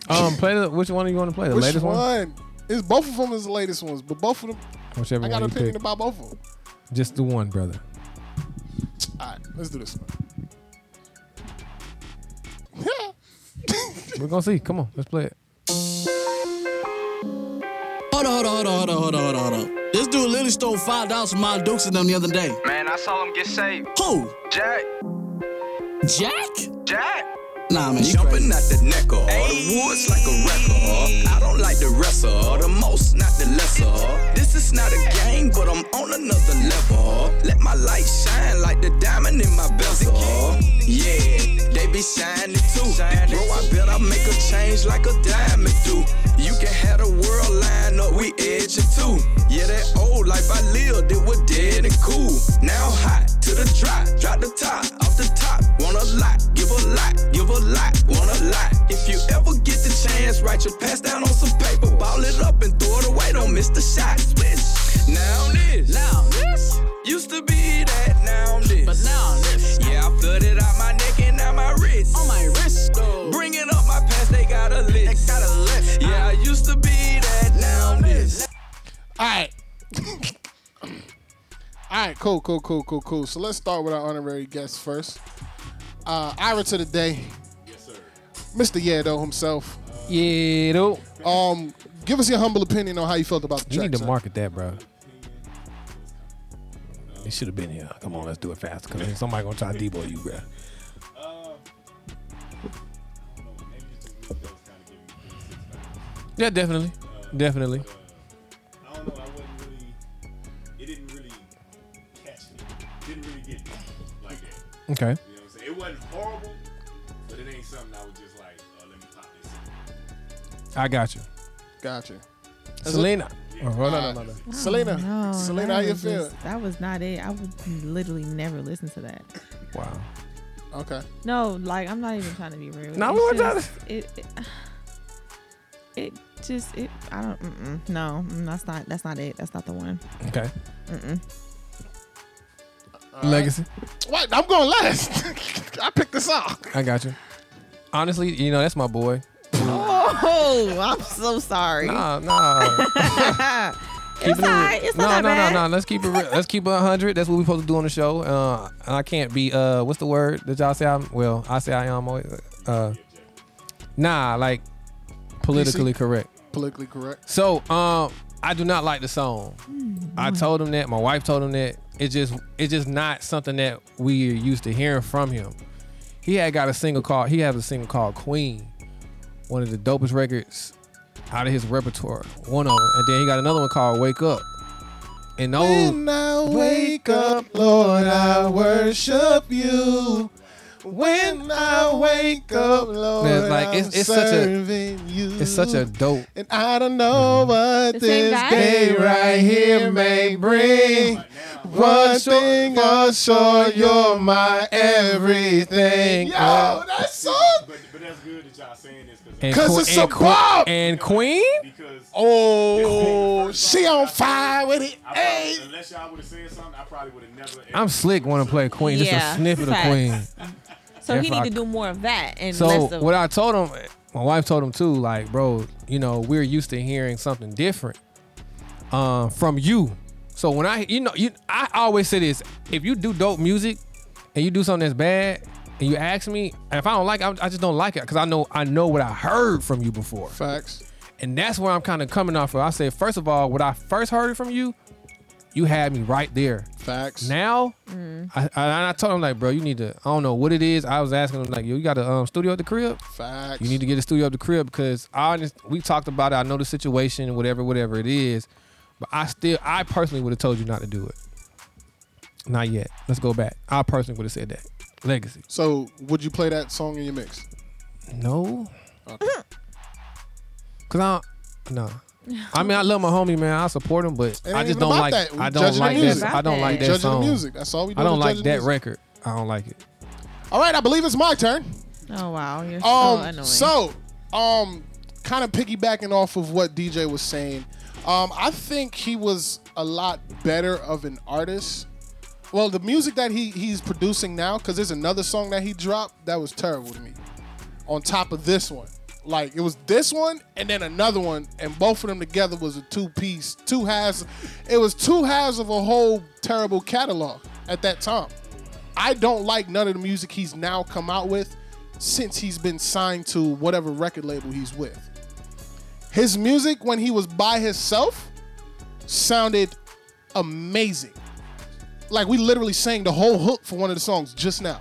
bro. Um, play the which one do you want to play? The
Which
latest one,
one? It's both of them is the latest ones, but both of them.
whichever
I got
one
an
you pick.
opinion about both of them.
Just the one, brother.
All right, let's do this one.
We're gonna see. Come on, let's play it.
Hold on, hold on, hold on, hold on, hold on, hold on. This dude literally stole five dollars from my Dukes and them the other day.
Man, I saw him get saved.
Who?
Jack,
Jack?
Jack.
Nah, man, you
Jumping
crazy.
out the neck of the woods like a wrecker. I don't like the wrestler, the most, not the lesser. This is not a game, but I'm on another level. Let my light shine like the diamond in my bezel. Yeah, they be shining too. Bro, I bet I make a change like a diamond do. You can have the world line up, we edge it too. Yeah, that old life I lived, it was dead and cool. Now hot to the drop, drop the top, off the top. Want a lot, give a lot, give a lot, want a lot. If you ever get the chance, write your pass down on some paper, ball it up and throw it away. Don't miss the shot. Swish. Now this, now this, used to be that. Now this,
But now this.
Yeah, I flooded out my neck and now my wrist.
On my wrist, though.
Bringing up my past, they got a list.
got a list.
Yeah, I used to be that. Now this.
All right. All right, cool, cool, cool, cool, cool. So let's start with our honorary guest first. Uh, Ira to the day. Yes, sir. Mr. Yedo himself.
Yeah, though.
Um, give us your humble opinion on how you felt about the
You
track.
need to
sir.
market that, bro. It should have been here. Come on, let's do it fast. Cause somebody gonna try to debo you, bro. Yeah, definitely, definitely.
Uh, I don't know. I wasn't really. It didn't really catch me. Didn't really get me like that.
Okay.
You know what I'm saying? It wasn't horrible, but it ain't something I was just like, oh, let me pop this. in.
I got you.
Gotcha.
Selena. Oh, hold on,
Uh,
hold on, hold on.
Selena,
Oh, No,
Selena,
that
how you
was
feel?
just- That was not it. I would literally never listen to that.
Wow.
Okay.
No, like I'm not even trying to be rude.
No,
It's
we're not-
just- It, it, it just it. I don't. Mm-mm, no, mm, that's not. That's not it. That's not the one.
Okay. Legacy.
What? I'm going last. I picked this song.
I got you. Honestly, you know that's my boy.
Oh, I'm so sorry.
Nah, nah.
it's
keeping it
alright.
real.
It's
no,
not that
no,
bad.
no, no. Let's keep it. Real. Let's keep it hundred. That's what we supposed to do on the show. Uh, and I can't be. Uh, what's the word that y'all say? I'm well. I say I am always. Uh, nah, like politically correct.
Politically correct.
So, um, I do not like the song.
Mm,
I told him that. My wife told him that. It just, it's just not something that we are used to hearing from him. He had got a single called. He has a single called Queen, one of the dopest records out of his repertoire. One of them, and then he got another one called "Wake Up." And those,
When I wake up, Lord, I worship you. When I wake up, Lord,
Man, it's like,
I'm
it's- it's such a-
serving you.
it's such a dope.
And I don't
Mm-hmm.
know what
The same
this
guy?
day right here may bring. One thing for sure, you're my everything. Yo,
Uh,
that song.
But, but that's good that y'all saying this because
And
Uh, 'Cause
Que-
it's
and
a
Que-
bop.
and Queen.
because
Oh, she on fire with it.
I
Hey,
probably, unless y'all would have said something, I probably would have never.
I'm slick. Want to play Queen? Just
Yeah,
a snippet
facts.
of Queen.
So he
If
need
I-
to do more of that and less
So
of
what I told him, my wife told him too, like, bro, you know, we're used to hearing something different um, from you. So when I, you know, you, I always say this: if you do dope music and you do something that's bad, and you ask me, and if I don't like, it, I, I just don't like it because I know I know what I heard from you before,
facts.
and that's where I'm kind of coming off of. I said, first of all, when I first heard it from you, you had me right there.
Facts.
Now, I, I, I told him like, bro, you need to. I don't know what it is. I was asking him like, yo, you got a um, studio at the crib?
Facts.
You need to get a studio up the crib because I honest, we talked about it. I know the situation, whatever, whatever it is. But I still, I personally would have told you not to do it. Not yet. Let's go back. I personally would have said that. Legacy.
So, would you play that song in your mix?
No. Cause I, don't, no. I mean, I love my homie, man. I support him, but
ain't
I just
even
don't
about
like.
that. We
I don't
judging
like
the
that.
music.
I don't like that
judging
song.
the music. That's all we do.
I don't
is
like
judging the
that
music.
record. I don't like it.
All right, I believe it's my turn.
Oh wow, you're so
Um,
annoying.
so, um, kind of piggybacking off of what DJ was saying, um, I think he was a lot better of an artist. Well, the music that he he's producing now, because there's another song that he dropped that was terrible to me. On top of this one, like it was this one and then another one, and both of them together was a two piece, two halves. It was two halves of a whole terrible catalog at that time. I don't like none of the music he's now come out with since he's been signed to whatever record label he's with. His music when he was by himself sounded amazing. Like we literally sang the whole hook for one of the songs just now.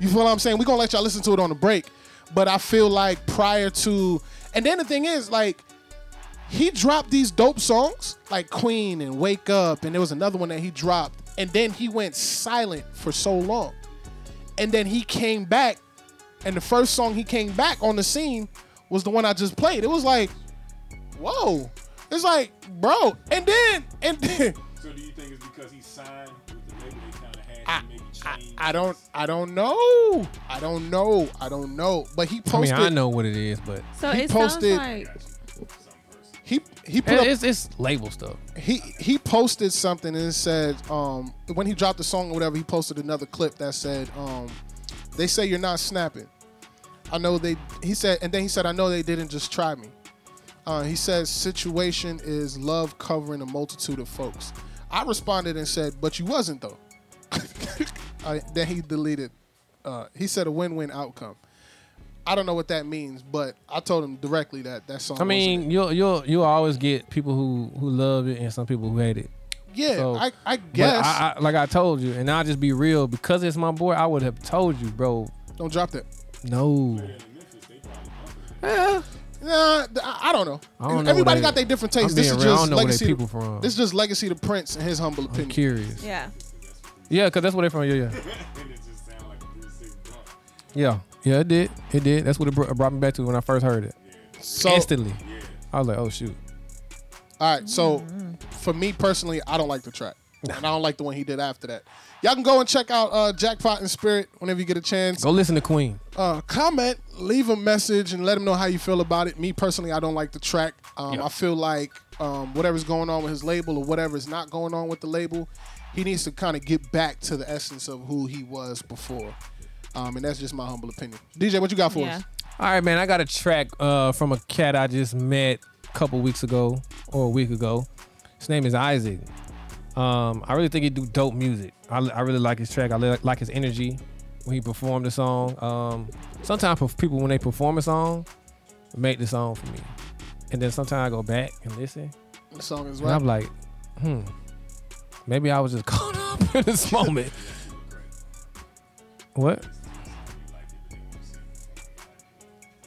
You feel what I'm saying? We're gonna let y'all listen to it on the break. But I feel like prior to and then the thing is, like, he dropped these dope songs like Queen and Wake Up, and there was another one that he dropped, and then he went silent for so long. And then he came back, and the first song he came back on the scene was the one I just played. It was like, whoa. It's like, bro. And then, and then,
So do you think it's because he signed with the label they kind of had
I,
and maybe
I,
changed?
I don't, I don't know. I don't know. I don't know. But he
I
posted,
mean, I know what it is, but
so
he
it
posted-
sounds like
he, he put up,
it, it's, it's label stuff.
he he posted something and it said um when he dropped the song or whatever he posted another clip that said um they say you're not snapping i know they he said and then he said i know they didn't just try me uh, he says situation is love covering a multitude of folks i responded and said but you wasn't though uh, then he deleted uh, he said a win-win outcome i don't know what that means but i told him directly that that song
I
wasn't
mean, you'll you'll you'll always get people who who love it and some people who hate it.
it. yeah
so-
I, I
But
guess
I, I, like I told you, and I'll just be real because it's my boy. I would have told you, bro.
don't drop that
No,
Nah, th- I I don't know.
I don't know
Everybody
where
got
they-
their different
I'm
tastes. This
being
is
real. I
just
don't know where they
legacy.
people from.
To, this is just legacy to Prince and his humble
I'm
opinion.
curious.
yeah.
Yeah, because that's where they're from. Yeah, yeah,
And it just sounded like a 3-6 blunt. yeah.
yeah, yeah. It did, it did. That's what it br- it brought me back to when I first heard it.
So,
Instantly, I was like, oh shoot.
all right. So, for me personally, I don't like the track, and I don't like the one he did after that. Y'all can go and check out uh, Jackpot and Spirit whenever you get a chance.
Go listen to Queen.
Uh, comment, leave a message, and let them know how you feel about it. Me personally, I don't like the track. Um, I feel like um, whatever's going on with his label or whatever is not going on with the label, he needs to kind of get back to the essence of who he was before. Um, and that's just my humble opinion. DJ, what you got for
Yeah.
us?
All right, man. I got a track uh, from a cat I just met a couple weeks ago or a week ago. His name is Isaac. Um, I really think he do dope music. I, I really like his track. I li- like his energy when he performed the song. Um, sometimes for people when they perform a song, make the song for me, and then sometimes I go back and listen,
The song is
and
right.
I'm like, hmm, maybe I was just caught up in this moment. What?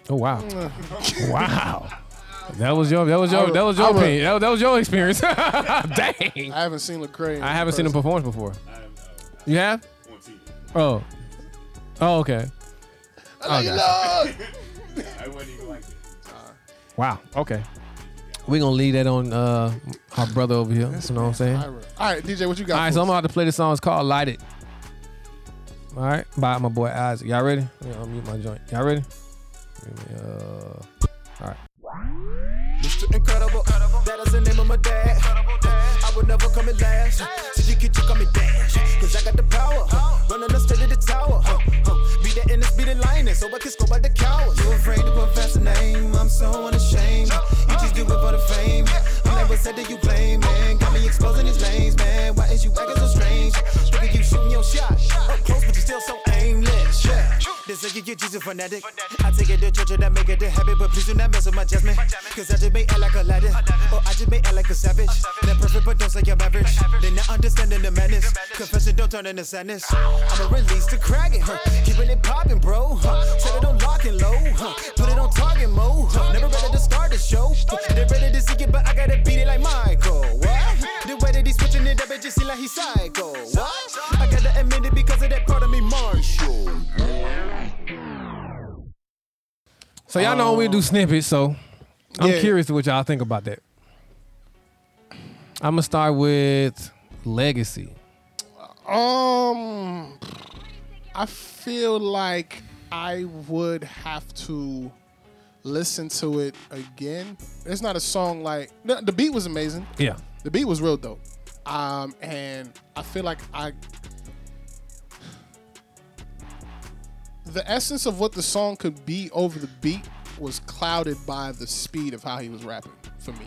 Oh wow, wow. That was your that was your
I
that was your
would- I would-
opinion. That, was- that was your experience. Dang.
I haven't seen Lecrae. in
I haven't seen him
person.
perform before. You have?
on TV.
Oh. Oh, okay.
Like,
Okay.
look!
I wouldn't even like it.
Wow. Okay. We're gonna leave that on uh our brother over here. You know what I'm saying?
All right, DJ, what you got?
All right,
for
so I'm
us?
about to play the song. It's called "Light It." All right, by my boy Isaac. Y'all ready? I'm gonna mute my joint. Y'all ready? Give me, uh,
Mr. Incredible, that is the name of my dad. I would never come in last. Till you get you coming dash. Cause I got the power. Huh? Running the state of the tower. Huh? Huh? Be the illness, be the lioness. So I can score by the cowards. You afraid to confess the name. I'm so unashamed. You just do it for the fame. I never said that you blame, man. Got me exposing these lanes, man. Why is you acting so strange? Look at you shooting your shot. Up close, but you still so aimless. Yeah. This is your Jesus fanatic. I take it to church and I make it a habit, but please do not mess with my judgment. Cause I just may act like a Aladdin, or I just may act like a savage. Not perfect, but don't say I'm average. They not understanding the madness. Confession don't turn into sadness. I'ma release the Kraken, huh? Keeping it poppin', bro. Huh? Set it on lock and low, huh? Put it on target mode, huh? Never ready to start the show. huh? They ready to see it, but I gotta beat it like Michael. What? The way that he's switching it up, it just seem like he's psycho. What? I gotta admit it because of that part of me, Marshall.
so y'all know we do snippets. So I'm
Yeah.
curious to what y'all think about that. I'm gonna start with "Legacy."
Um, I feel like I would have to listen to it again. It's not a song like the, the beat was amazing.
Yeah.
The beat was real dope. Um, and I feel like I. The essence of what the song could be over the beat was clouded by the speed of how he was rapping for me.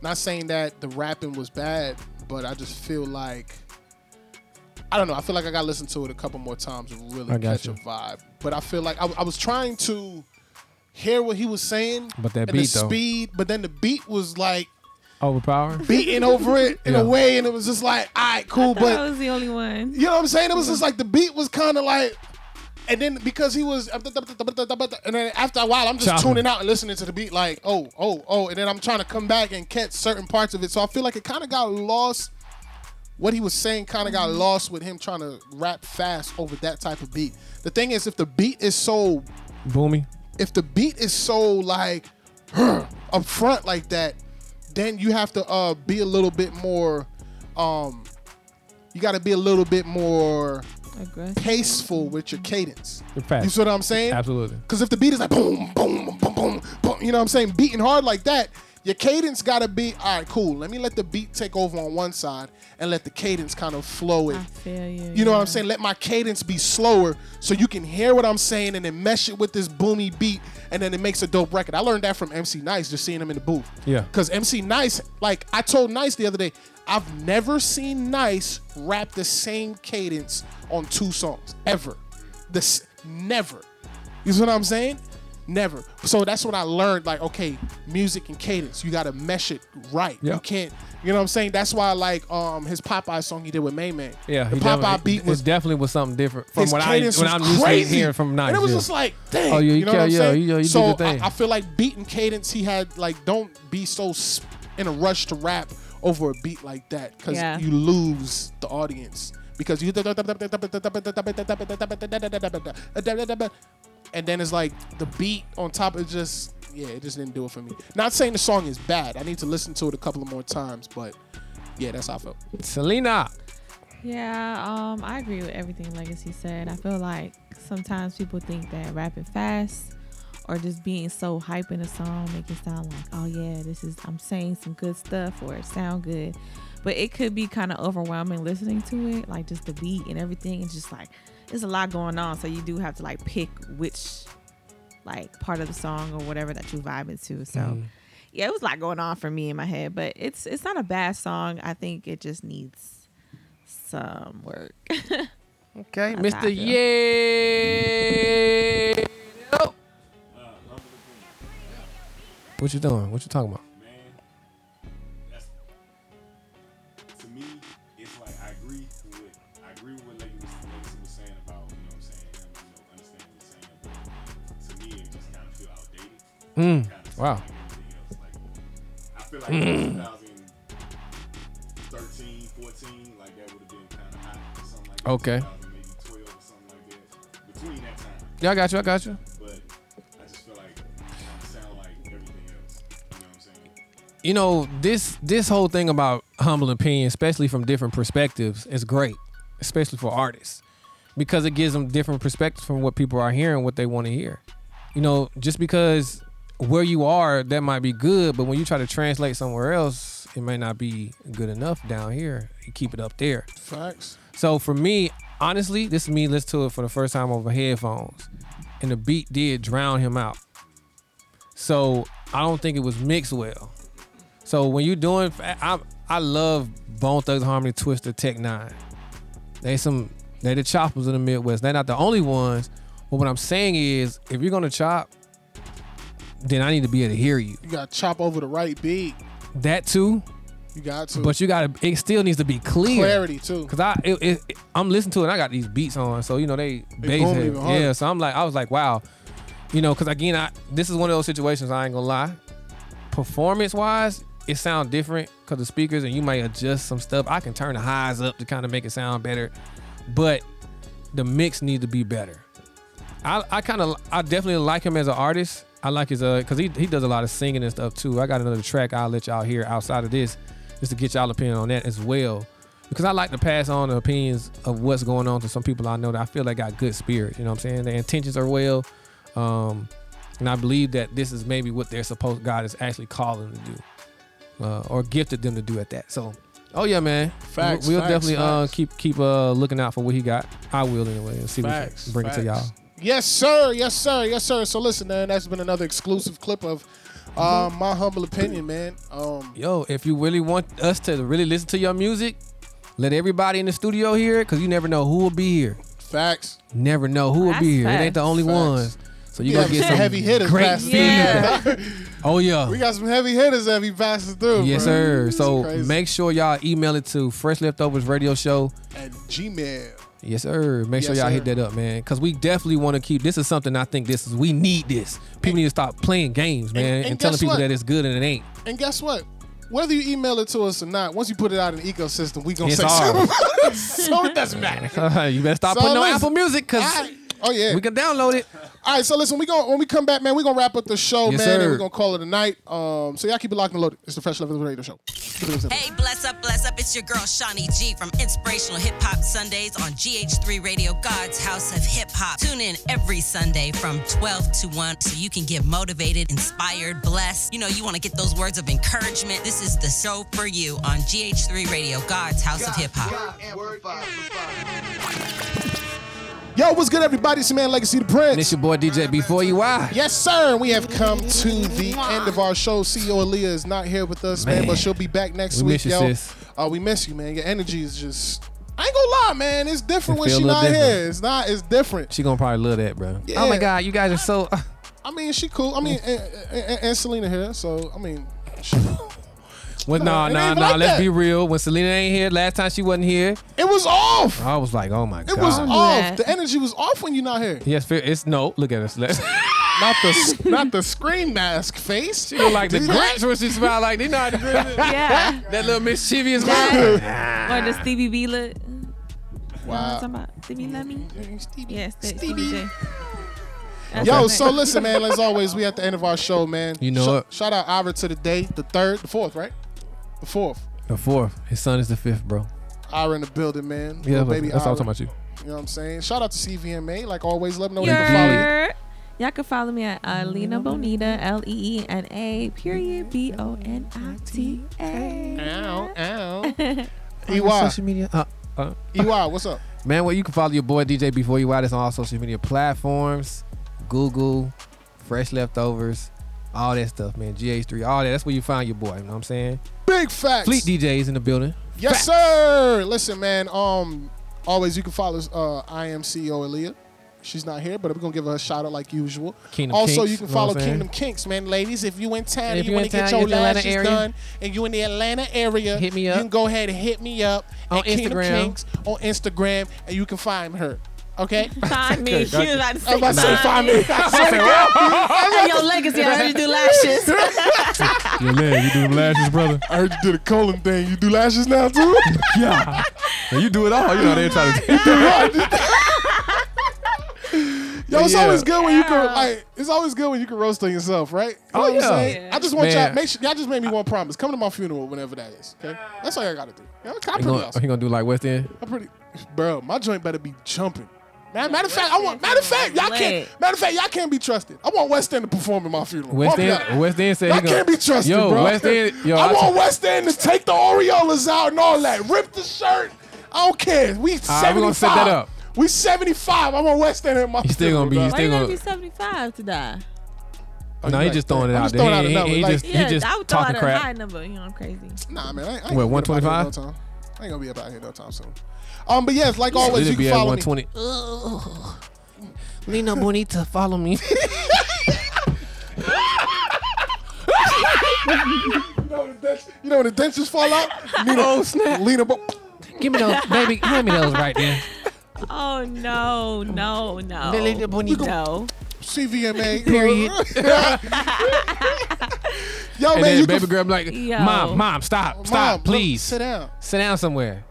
Not saying that the rapping was bad, but I just feel like. I don't know. I feel like I got to listen to it a couple more times to
I
really
got
catch
you.
a vibe. But I feel like I, I was trying to hear what he was saying,
But that
and
beat,
the
though.
speed. But then the beat was like
Overpower.
beating over it in
Yeah.
a way, and it was just like, all right, cool, but
I was Mm. the only one.
you know what I'm saying? It was just like the beat was kind of like, and then because he was, and then after a while, I'm just
Chopping.
tuning out and listening to the beat, like, oh, oh, oh, and then I'm trying to come back and catch certain parts of it. So I feel like it kind of got lost. What he was saying kind of got
Mm.
lost with him trying to rap fast over that type of beat. The thing is, if the beat is so
Boomy.
if the beat is so like up front like that, then you have to uh be a little bit more um you gotta be a little bit more
Aggressive.
paceful with your cadence.
Your fast.
You see what I'm saying?
Absolutely.
Cause if the beat is like boom, boom, boom, boom, boom, you know what I'm saying? Beating hard like that, your cadence gotta be, all right, cool. Let me let the beat take over on one side and let the cadence kind of flow it
I feel you.
you know what
yeah.
I'm saying? Let my cadence be slower so you can hear what I'm saying and then mesh it with this boomy beat and then it makes a dope record. I learned that from MC Nice just seeing him in the booth.
Yeah.
Cause MC Nice, like I told Nice the other day, I've never seen Nice rap the same cadence on two songs. Ever. This never. You see what I'm saying? Never. So that's what I learned. Like, okay, music and cadence, you gotta mesh it right.
Yeah.
You can't. You know what I'm saying? That's why I like um his Popeye song he did with Mayman.
Yeah.
the Popeye
he definitely-
beat
it
was
definitely was something different from
his
what I
cadence
when
was
I'm used to
crazy.
hearing from Nice.
And it was
yeah.
just like, dang.
Oh, yeah,
you,
you
know what I'm
ca- yeah,
saying?
you- yeah, you
so
did the thing.
I, I feel like beating cadence, he had like, don't be so sp- in a rush to rap over a beat like that because
Yeah.
you lose the audience because you and then it's like the beat on top of just yeah, it just didn't do it for me. Not saying the song is bad. I need to listen to it a couple of more times, but yeah, that's how I felt.
Selena.
Yeah, um, I agree with everything Legacy said. I feel like sometimes people think that rapping fast or just being so hype in a song make it sound like, oh yeah, this is I'm saying some good stuff or it sound good. But it could be kind of overwhelming listening to it, like just the beat and everything. It's just like there's a lot going on, so you do have to like pick which like part of the song or whatever that you vibing to. So yeah, it was a lot going on for me in my head, but it's it's not a bad song. I think it just needs some work.
Okay,
Not bad,
Mr.
yeah.
Yeah. What you doing? What you talking about?
Man, that's to me. It's like I agree with I agree with what Legacy was, Legacy was saying about you know what I'm saying, you know, understanding what he's saying, but to me it just kind of feel outdated. Kinda
Wow.
I feel like 2013, 14, like that would have been kind of hot or something like that.
Okay.
2000, maybe 12 or something like that. Between that time.
Yeah, I got you. I got you.
But I just feel like I sound like everything else. You know what I'm saying?
you know this this whole thing about humble opinion especially from different perspectives is great especially for artists because it gives them different perspectives from what people are hearing what they want to hear you know just because where you are that might be good but when you try to translate somewhere else it may not be good enough down here you keep it up there
Facts.
so for me, honestly, this is me listening to it for the first time over headphones, and the beat did drown him out. So I don't think it was mixed well. So when you're doing, I I love Bone Thugs Harmony, Twister, Tech Nine. They some they the choppers in the Midwest. They're not the only ones, but what I'm saying is, if you're gonna chop, then I need to be able to hear you.
You got to chop over the right beat.
That too,
You got to.
but you gotta. It still needs to be clear.
clarity too.
Cause I it, it, I'm listening to it. and I got these beats on, so you know they bass
boom
heavy.
even harder.
Yeah, so I'm like, I was like, wow, you know, cause again, I this is one of those situations. I ain't gonna lie, performance wise, it sound different cause the speakers and you might adjust some stuff. I can turn the highs up to kind of make it sound better, but the mix need to be better. I, I kind of I definitely like him as an artist. I like his uh because he he does a lot of singing and stuff too. I got another track I'll let y'all hear outside of this just to get y'all opinion on that as well because I like to pass on the opinions of what's going on to some people I know that I feel they got good spirit. You know what I'm saying? Their intentions are well, um, and I believe that this is maybe what they're supposed God is actually calling them to do uh, or gifted them to do at that. So. Oh yeah, man.
Facts,
We'll
facts,
definitely Uh,
facts.
keep keep uh, looking out for what he got. I will anyway. And see
Facts,
what we can bring it to y'all.
facts. Yes, sir. Yes, sir. Yes, sir. So listen, man, that's been another exclusive clip of uh, my humble opinion, man. Um,
yo, if you really want us to really listen to your music, let everybody in the studio hear it, cause you never know who will be here.
facts.
Never know who will
That's
be here. It ain't
facts.
the only
Facts.
ones. So you
Yeah,
gonna get
some
some
heavy hitters
Great
passing
feedback.
Yeah.
Oh yeah.
We got some heavy hitters that be passing through.
yes,
bro.
sir.
It's
So
crazy.
make sure y'all email it to Fresh Leftovers Radio Show.
and Gmail.
Yes, sir. Make sure
Yes,
y'all hit
sir.
that up, man. Cause we definitely want to keep this is something I think this is we need this. People need to stop playing games, man, and,
and
telling
guess
people
what?
that it's good and it ain't.
And guess what? Whether you email it to us or not, once you put it out in the ecosystem, we gonna
It's
say
ours.
something. so it doesn't matter.
you better stop
So
putting on
listen,
Apple Music, cause
I- oh yeah.
we can download it.
All right, so listen, we going when we come back, man, we're gonna wrap up the show,
Yes,
man,
sir.
and we're gonna call it a night. Um, so y'all keep it locked and loaded. It's the Fresh Level Radio Show. Keep it simple.
Hey, bless up, bless up. It's your girl, Shawnee G from Inspirational Hip Hop Sundays on GH3 Radio, God's House of Hip Hop. Tune in every Sunday from 12 to 1 so you can get motivated, inspired, blessed. You know, you want to get those words of encouragement. This is the show for you on GH3 Radio, God's House of Hip Hop.
Yo, what's good, everybody? It's your man Legacy the Prince.
And it's your boy DJ Before You Why.
Yes, sir. We have come to the end of our show. CEO Aaliyah is not here with us, man,
Man.
but she'll be back next
We
week,
miss you,
yo.
sis.
Uh, we miss you, man. Your energy is just. I ain't gonna lie, man. It's different
It
when
feel
she
a
not
little
here.
different.
It's not. It's different.
She gonna probably love that, bro. Oh
Yeah.
my God, you guys are so.
I mean, she cool. I mean,
Mm.
and, and, and Selena here, so I mean, she-
Well,
No,
no,
it ain't
no,
even
no.
like
Let's
that.
be real. When Selena ain't here, last time she wasn't here,
it was off.
I was like, oh my
It
God.
was
do
off.
that.
The energy was off when you not here.
Yes, fair- it's no. Look at us. Let's,
Not the not the scream mask face. She
like the Grinch when she smiled like they know how to grin.
Yeah.
That little mischievous smile.
yeah. or the Stevie B look.
Wow.
Talking about Stevie Lemmy. Yes, that
Stevie.
Stevie. J. That's
Yo,
her
so
name.
listen, man. As always, we at the end of our show, man.
You know
Sh-
what?
Shout out Ira to the day, the third, the fourth, right? The fourth.
The fourth. His son is the fifth, bro.
Ira in the building, man.
Yeah,
Little
baby. That's all I'm
Ira.
talking about you.
You know what I'm saying? Shout out to CVMA. Like always, let them know they can follow you.
Yer. Y'all can follow me at uh, Lena Bonita, L E E N A, period, B O N I T A.
Ow, ow. EY,
Social media. Uh, uh.
EY, E what's up?
Man, well, you can follow your boy DJ Before You Out. It's on all social media platforms Google, Fresh Leftovers, all that stuff, man. GH3, all that. That's where you find your boy. You know what I'm saying?
Big facts.
Fleet DJs in the building.
Yes, sir. Listen, man. Um, always you can follow us, uh, I am CEO Aaliyah. She's not here, but we're gonna give her a shout out like usual.
Kingdom
also,
Kinks,
you can
know what
follow
I'm saying?
Kingdom Kinks, man, ladies. If you in town,
And
and
if
you
you
want
in
to get
town,
your
you in the Atlanta
lashes
area,
done, and you in the Atlanta area,
hit me
You
up.
can go ahead and hit me up
On
at Kingdom
Instagram.
Kinks on Instagram, and you can find her. Okay.
Find me. She was about to say,
I'm about to say find me.
and your legacy, I heard you do lashes.
Your leg, you do the lashes, brother.
I heard you did a colon thing. You do lashes now too?
yeah. you do it all. You know they trying to.
Yo,
But
it's
yeah.
always good when you can like. It's always good when you can roast on yourself, right? You know
Oh,
what I'm
yeah.
saying?
Yeah.
I just want y'all
Man.
make sure y'all just made me one promise. Come to my funeral whenever that is. Okay, that's all I gotta do. Yeah, I'm
He
pretty
gonna,
awesome.
he gonna do like West End.
I'm pretty, bro. My joint better be jumping. Matter, matter of fact, I want. Matter of fact, y'all can't. Matter of fact, y'all can't be trusted. I want West End to perform at my funeral.
West
Bump it up.
End, West End said
I
he gonna,
can't be trusted,
yo,
bro.
West End, yo,
I,
I
want West End to take the Orioles out and all that. Rip the shirt. I don't care. We
All
75.
right, we gonna set that up.
We 75. I'm on West End at my
He's still gonna be-
funeral,
he's
dog.
Why
They gonna-
you gotta be 75 to die?
no, he
Oh, like
just throwing it
that. I'm
out
just
there.
throwing out a
He-
number,
He, he
like-
just,
Yeah,
he just
I would throw out
talking
a
crap.
high number. You know, I'm crazy.
Nah, man. I, I ain't
What,
gonna get about
125?
it no time. I ain't gonna be about here no time soon. Um, but yes, like
Yeah,
always,
it'll
you
be
can
at
follow
120. Lena Bonita, follow me.
me. You know when the dentures, you know when the dentures fall out? Nina, oh snap! Lena, bo-
Give me those, baby. Hand me those right there.
Oh, no, no, no.
Lily the Bonita.
No.
CVMA.
Period.
Yo,
and
man, you can
then baby girl be like,
Yo.
mom, mom, stop,
Mom,
stop,
look,
please,
sit down.
sit down somewhere.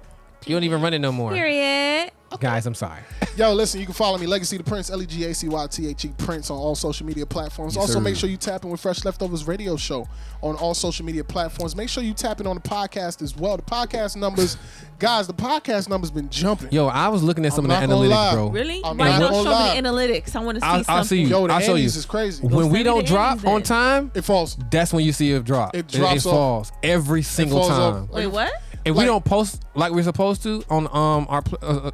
You don't even run it no more,
Period.
guys. I'm sorry.
Yo, listen, you can follow me, Legacy the Prince, L E G A C Y T H E Prince on all social media platforms.
Yes,
also,
sir.
make sure you tap in with Fresh Leftovers Radio Show on all social media platforms. Make sure you tap in on the podcast as well. The podcast numbers, guys, the podcast numbers been jumping.
Yo, I was looking at some
I'm
of the
not gonna
analytics,
lie.
bro.
Really?
I'm
Why
not
you
gonna
don't show
lie.
me the analytics? I want to see
I'll,
something.
I'll see you.
Yo, the
I'll show you.
Andes is crazy.
When
send
we
me
don't
the
drop
Andes
on
then.
time,
It falls.
that's when you see it drop.
It drops off.
falls every single
falls off.
time.
Wait, what?
If
Like-
we don't post like we're supposed to on um our pl- uh, uh,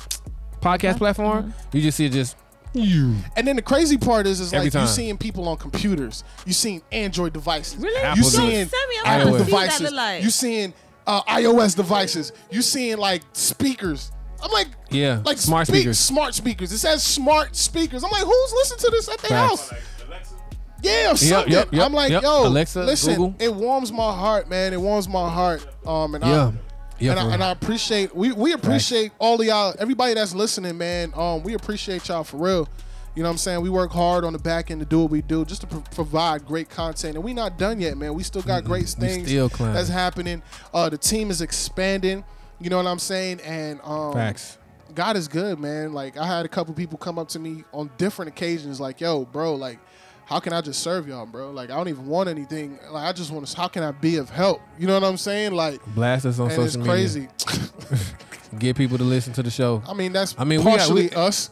podcast platform, you just see it just you.
And then the crazy part is, is
Every
like you
time.
seeing people on computers, you seeing Android devices,
Really?
you
Apple
seeing
devices.
Yo, send me, I wanna
Apple
see what
that
devices,
look like.
you seeing uh, iOS devices, you seeing like speakers. I'm like,
Yeah,
like
smart
spe-
speakers.
smart speakers. It says smart speakers. I'm like, who's listening to this at their
Facts.
house?
Like Alexa,
Yeah, or something.
yep, yep,
I'm like,
yep.
yo,
Alexa,
listen,
Google.
it warms my heart, man. It warms my heart. Um, and
Yeah.
I,
Yeah,
and, I,
for real.
and I appreciate we we appreciate all of y'all, everybody that's listening, man. Um, we appreciate y'all for real. You know what I'm saying? We work hard on the back end to do what we do, just to pro- provide great content, and we not done yet, man. We still got great things
still climbing.
that's happening. Uh, the team is expanding. You know what I'm saying? And um,
Facts.
God is good, man. Like I had a couple people come up to me on different occasions, like, "Yo, bro, like, how can I just serve y'all, bro? Like, I don't even want anything. Like, I just want to. How can I be of help? You know what I'm saying? Like,
Blast us on
and it's
social media.
crazy.
Get people to listen to the show.
I mean, that's
I mean, we got-
partially
we-
us.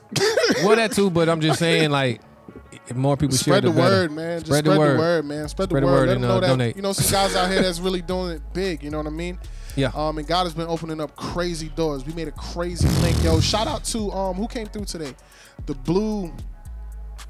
well, that too, but I'm just saying, like, if more people share
spread the
better.
word, man. Just spread, the, word. man. Spread, the word. Let them
and,
know
uh,
that
donate.
you know some guys out here that's really doing it big. You know what I mean?
Yeah.
Um, and God has been opening up crazy doors. We made a crazy link, yo. Shout out to um, who came through today? The blue.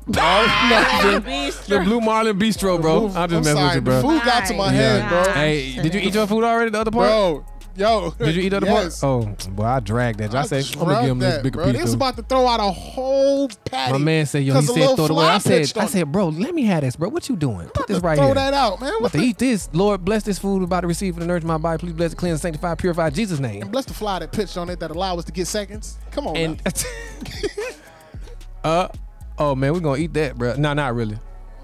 Be
the
straight.
Blue Marlin Bistro, bro.
Oof,
I
I'm
just mess
sorry,
with you, bro.
The food got to my head, bro.
Nice.
Hey, did you eat your food already? The other part?
Bro, yo.
Did you eat the other
yes.
part? Oh, boy, I dragged that. I, say I'm gonna
grabbed
give him this
that,
bigger
bro. They
piece.
was
though.
about to throw out a whole patty.
My man said, yo,
'cause a
he said
little
throw it away.
fly
I said,
pitched
I
on it.
said, bro, let me have this, bro. What you doing? Put this right
throw
here.
that out, man.
I'm
What
about to
the-
eat this. Lord, bless this food. About to receive and nourish my body. Please bless, cleanse, sanctify, purify in Jesus' name.
Bless the fly that pitched on it that allowed us to get seconds. Come on,
And
now.
uh, oh man, we're gonna eat that, bro. Nah, not really.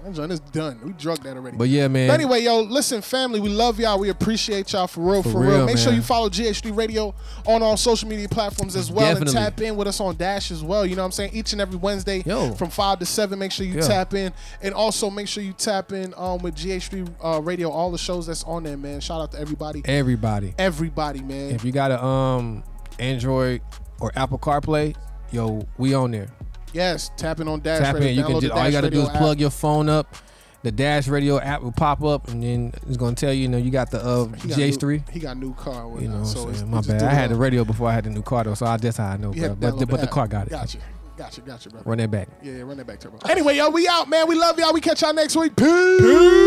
That joint is done. We drugged that already.
But yeah, man.
But anyway, yo, listen, family, we love y'all. We appreciate y'all for real, for,
For
real.
real,
Make sure
man.
you follow GH3 Radio on all social media platforms as well
Definitely.
and tap in with us on Dash as well. You know what I'm saying? Each and every Wednesday
Yo.
from 5 to 7, make sure you
Yeah.
tap in. And also make sure you tap in um, with GH3 uh, Radio, all the shows that's on there, man. Shout out to everybody.
everybody.
everybody, man.
If you got a um Android or Apple CarPlay, yo, we on there.
yes, tap in on Dash
Tap
Radio.
in. You
Download
can
the
just all you
Dash
gotta do
Radio
is
app.
plug your phone up. The Dash Radio app will pop up, and then it's gonna tell you, you know, you got the uh,
He got a new-
GH3.
He got a new car.
You know, what
so
I'm
it's-
saying?
we
my
just
bad.
do
I
it
had
all.
the radio before I had the new car though, so I, that's how I know.
You had
Bro.
to
But,
download
the, but the
app.
car got it.
Gotcha. Gotcha. Gotcha, bro.
Run that back.
Yeah, yeah, run that back, Turbo. Anyway, yo, we out, man. We love y'all. We catch y'all next week. Peace.